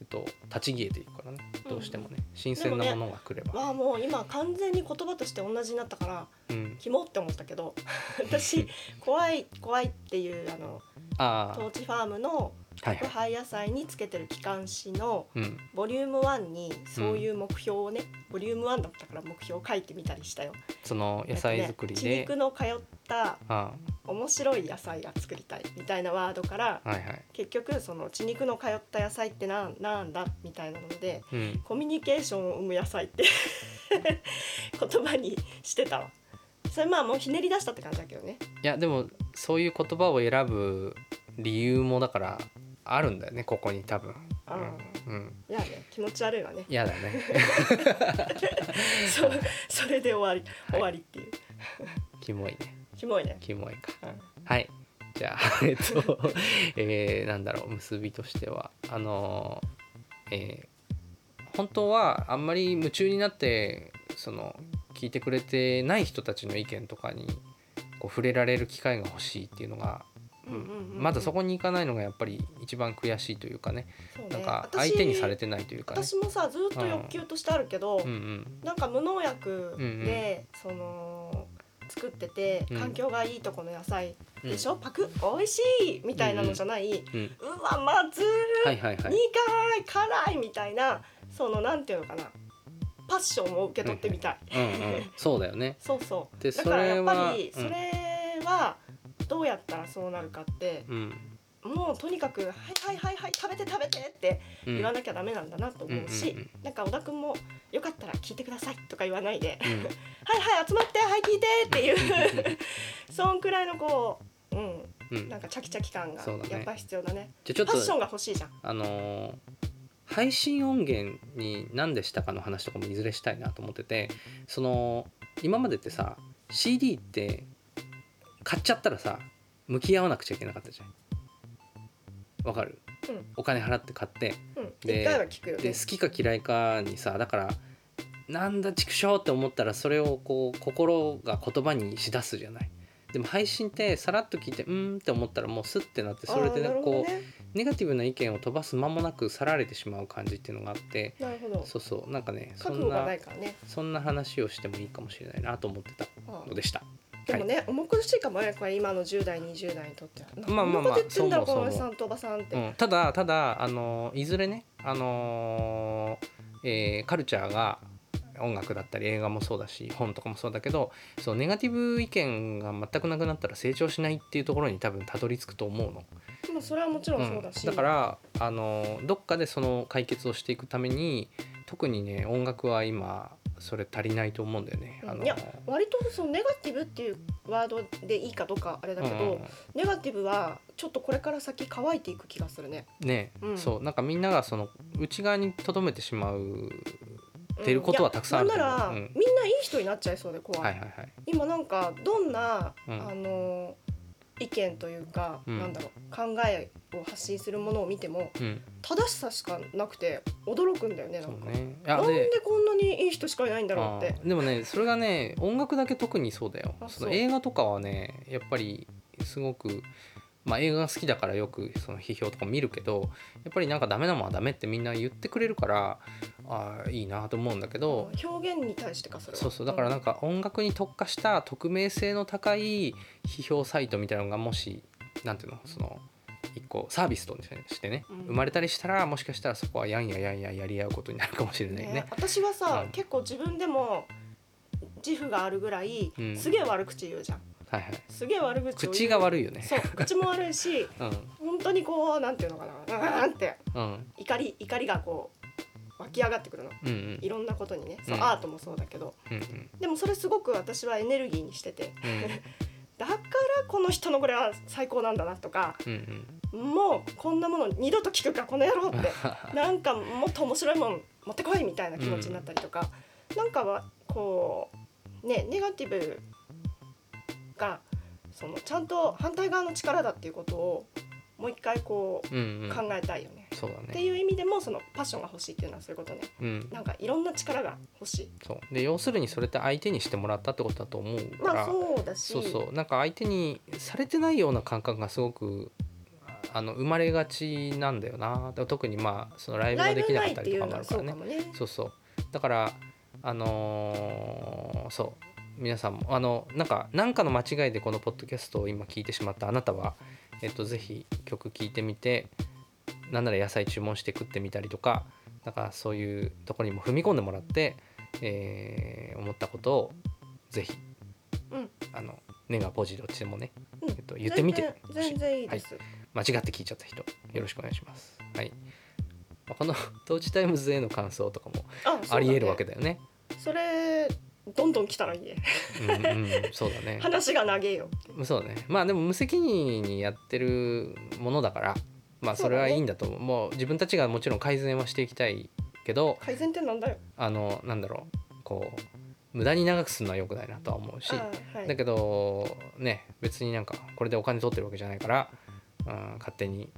C: えっと、立ち消えていくからねどうしてもね新鮮なものが来れば。
B: まあもう今完全に言葉として同じになったから
C: うん、
B: キモって思ったけど 私怖い怖いっていうあの
C: あ
B: トーチファームの
C: あはい
B: 宅
C: はい。
B: 配野菜につけてる機関誌の
C: うん、
B: ボリューム1にそういう目標をね、ボリューム1だったから目標を書いてみたりしたよ
C: その野菜作りで、
B: えっとね血肉の通った
C: あ
B: 面白い野菜が作りたいみたいなワードから
C: あはいはい、
B: 結局その血肉の通った野菜ってなんなんだみたいなので
C: うん、
B: コミュニケーションを生む野菜って 言葉にしてたわそれまあもうひねり出したって感じだけどね
C: いやでもそういう言葉を選ぶ理由もだからあるんだよねここに多分、
B: あ
C: うんうん、
B: いやね気持ち悪いわね
C: 嫌だね
B: そそれで終わり、
C: い
B: 終わりっていう
C: キモいね
B: キモいね、
C: キモいか
B: うん
C: はいじゃあ えっと、えーなんだろう結びとしてはあのーえー本当はあんまり夢中になってその聞いてくれてない人たちの意見とかにこう触れられる機会が欲しいっていうのが、
B: うんうんうん
C: まだそこに行かないのがやっぱり一番悔しいというかね
B: そうね
C: なんか
B: 私
C: 相手にされてないというかね。
B: 私もさずっと欲求としてあるけど、
C: うんうん
B: なんか無農薬
C: うんうん
B: で、その作ってて
C: うん
B: 環境がいいとこの野菜
C: うん
B: でしょ、パクッ美味しいみたいなのじゃない、う
C: うん、
B: わまずい、
C: はいはいはい
B: 苦い辛いみたいなそのなんていうのかなパッションを受け取ってみたい、
C: うんうん、そうだよね
B: そうそう
C: で
B: だからやっぱり
C: そ
B: そ
C: れはうん
B: れはどうやったらそうなるかって、
C: うん
B: もうとにかく「はいはいはいはい食べて食べて」って
C: うん
B: 言わなきゃダメなんだなと思うし、
C: うんうん
B: なんか小田君も「よかったら聞いてください」とか言わないで
C: うん
B: 「はいはい集まってはい聞いて」っていう そんくらいのこう、うん、
C: うん
B: なんかチャキチャキ感が
C: そうだね
B: やっぱ必要だね
C: じゃあちょっ
B: パッショ
C: と
B: ンが欲しいじゃん
C: あのー配信音源に何でしたかの話とかもいずれしたいなと思っててその今までってさ CD って買っちゃったらさ向き合わなくちゃいけなかったじゃんわかる、
B: うん
C: お金払って買って
B: うん
C: で
B: 一回は聞くよ
C: で
B: ね
C: 好きか嫌いかにさだからなんだ畜生って思ったらそれをこう心が言葉にしだすじゃないでも配信ってさらっと聞いてうーんって思ったらもうスッてなってそれで
B: あー
C: ね
B: なるほ
C: こ
B: ど
C: う
B: ね
C: ネガティブな意見を飛ばす間もなくさられてしまう感じっていうのがあって
B: なるほど
C: そうそうなんかねそ
B: 覚
C: ん
B: 悟がな
C: ない
B: からね
C: そんな話をしてもいいかもしれないなと思ってたのでした。
B: でもね、重苦しいかもねこれ今の10代20代にとっては
C: まあまあまあ
B: なんで言ってんだろう
C: そう
B: こ
C: 思う
B: のおじさんとおばさんって、
C: うん、ただただあのいずれねあのーえーカルチャーが音楽だったり映画もそうだし本とかもそうだけどそうネガティブ意見が全くなくなったら成長しないっていうところに多分たどり着くと思うの。
B: でもそれはもちろんそう
C: う
B: だ
C: ん
B: し、
C: だからあのどっかでその解決をしていくために特にね音楽は今それ足りないと思うんだよね。
B: うん
C: あの
B: いや割とそのネガティブっていうワードでいいかどうかあれだけど、
C: うんうん
B: ネガティブはちょっとこれから先乾いていく気がするね。
C: ね、
B: うん
C: そうなんかみんながその内側にとどめてしまうっていうことはたくさんある
B: いやなんなら、
C: と思ううん
B: みんないい人になっちゃいそうで怖い。
C: はいはいはい
B: 今なんかどんな、
C: うん
B: あの意見というか、
C: うん
B: なんだろう考えを発信するものを見ても
C: うん
B: 正しさしかなくて驚くんだよねな
C: そ
B: んか。
C: うねい
B: な
C: や
B: んでこんなにいい人しかいないんだろうって
C: あ。ーでもねそれがね音楽だけ特にそうだよ
B: あ
C: その
B: そう
C: 映画とかはねやっぱりすごくまあ、映画が好きだからよくその批評とか見るけどやっぱりなんかダメなもんはダメってみんな言ってくれるからあーいいなと思うんだけど
B: 表現に対してかそれは
C: そうそうだからなんんか音楽に特化した匿名性の高い批評サイトみたいなのがもしなんていうのその一個サービスとしてね
B: うん
C: 生まれたりしたらもしかしたらそこはやんややんややり合うことになるかもしれないね
B: ね。私はさ、
C: うん
B: 結構自分でも自負があるぐらい、
C: うん
B: すげえ悪口言うじゃん
C: はいはい、
B: すげえ悪口を言う
C: 口が悪いよね。
B: そう口も悪いし
C: うん
B: 本当にこうなんていうのかなうーんって
C: うん
B: 怒り怒りがこう湧き上がってくるの
C: うんうん
B: いろんなことにねそう、
C: うん
B: アートもそうだけど
C: うんうん
B: でもそれすごく私はエネルギーにしてて
C: うん
B: だからこの人のこれは最高なんだなとか
C: うんうん
B: もうこんなもの二度と聞くかこの野郎ってなんかもっと面白いもん持ってこいみたいな気持ちになったりとか、なんかはこうねネガティブがそのちゃんと反対側の力だっていうことをもう一回こう
C: うんうん
B: 考えたいよね。
C: そうだ
B: って
C: ね。
B: いう意味でもそのパッションが欲しいっていうのはそういうことね
C: うん
B: なんかいろんな力が欲しい
C: そうで要するにそれって相手にしてもらったってことだと思うから、
B: まあそうだし
C: そうそうなんか相手にされてないような感覚がすごくあの生まれがちなんだよなで特にまあそのライブ
B: ラ
C: が
B: イ
C: でき
B: ブ
C: なか
B: ない
C: っ
B: ったて
C: り
B: い
C: と
B: う
C: か
B: の
C: もあるか
B: はそ
C: ら
B: うか
C: ね
B: もね
C: そうそうだからあのーそう皆さんもあのなんかなんかの間違いでこのポッドキャストを今聞いてしまったあなたは、えっと、ぜひ曲聴いてみてなんなら野菜注文して食ってみたりとかだからそういうところにも踏み込んでもらって、えー思ったことをぜひ、
B: うん
C: あのネガポジどっちでもね、
B: うん
C: えっと、言ってみて
B: 全
C: ほし
B: 然
C: い
B: 全然いいです、
C: 間違って聞いちゃった人よろしくお願いします。はいまあこの「トーチタイムズ」への感想とかも
B: あ
C: ありえるわけ
B: で
C: だよね。
B: それどんどん来たらいいね
C: うんうん、そうだね。
B: 話が長えよ
C: そうだね。まあでも無責任にやってるものだから、まあそれはいいんだと思う。もう自分たちがもちろん改善はしていきたいけど、
B: 改善ってなんだよ
C: あのなんだろう、こう無駄に長くするのは良くないなとは思うし、
B: あはい
C: だけどね別になんかこれでお金取ってるわけじゃないから、うん、勝手に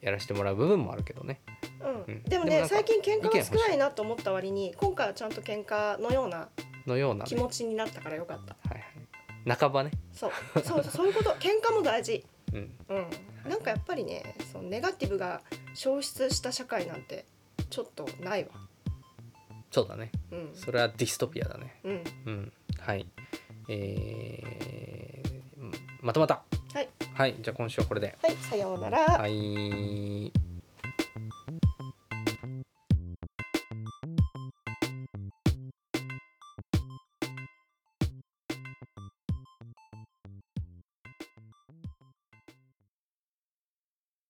C: やらせてもらう部分もあるけどね。
B: う
C: うん
B: ん、で
C: でも
B: もね
C: なんか
B: 最近
C: 意
B: 喧嘩
C: 見
B: が
C: 欲し
B: 少
C: い
B: ないなと思った割に今回はちゃんと喧嘩のような
C: のようなね、
B: 気持ちになったからよかった
C: はいはい、半ばね。
B: そうそうそういうこと 喧嘩も大事
C: うん、
B: うんなんかやっぱりねそのネガティブが消失した社会なんてちょっとないわ
C: そうだね。
B: うん
C: それはディストピアだね。
B: うん
C: うん、はい。えー、まとまった。
B: はい。
C: はい、じゃあ今週はこれで。
B: はいさようなら、
C: はい。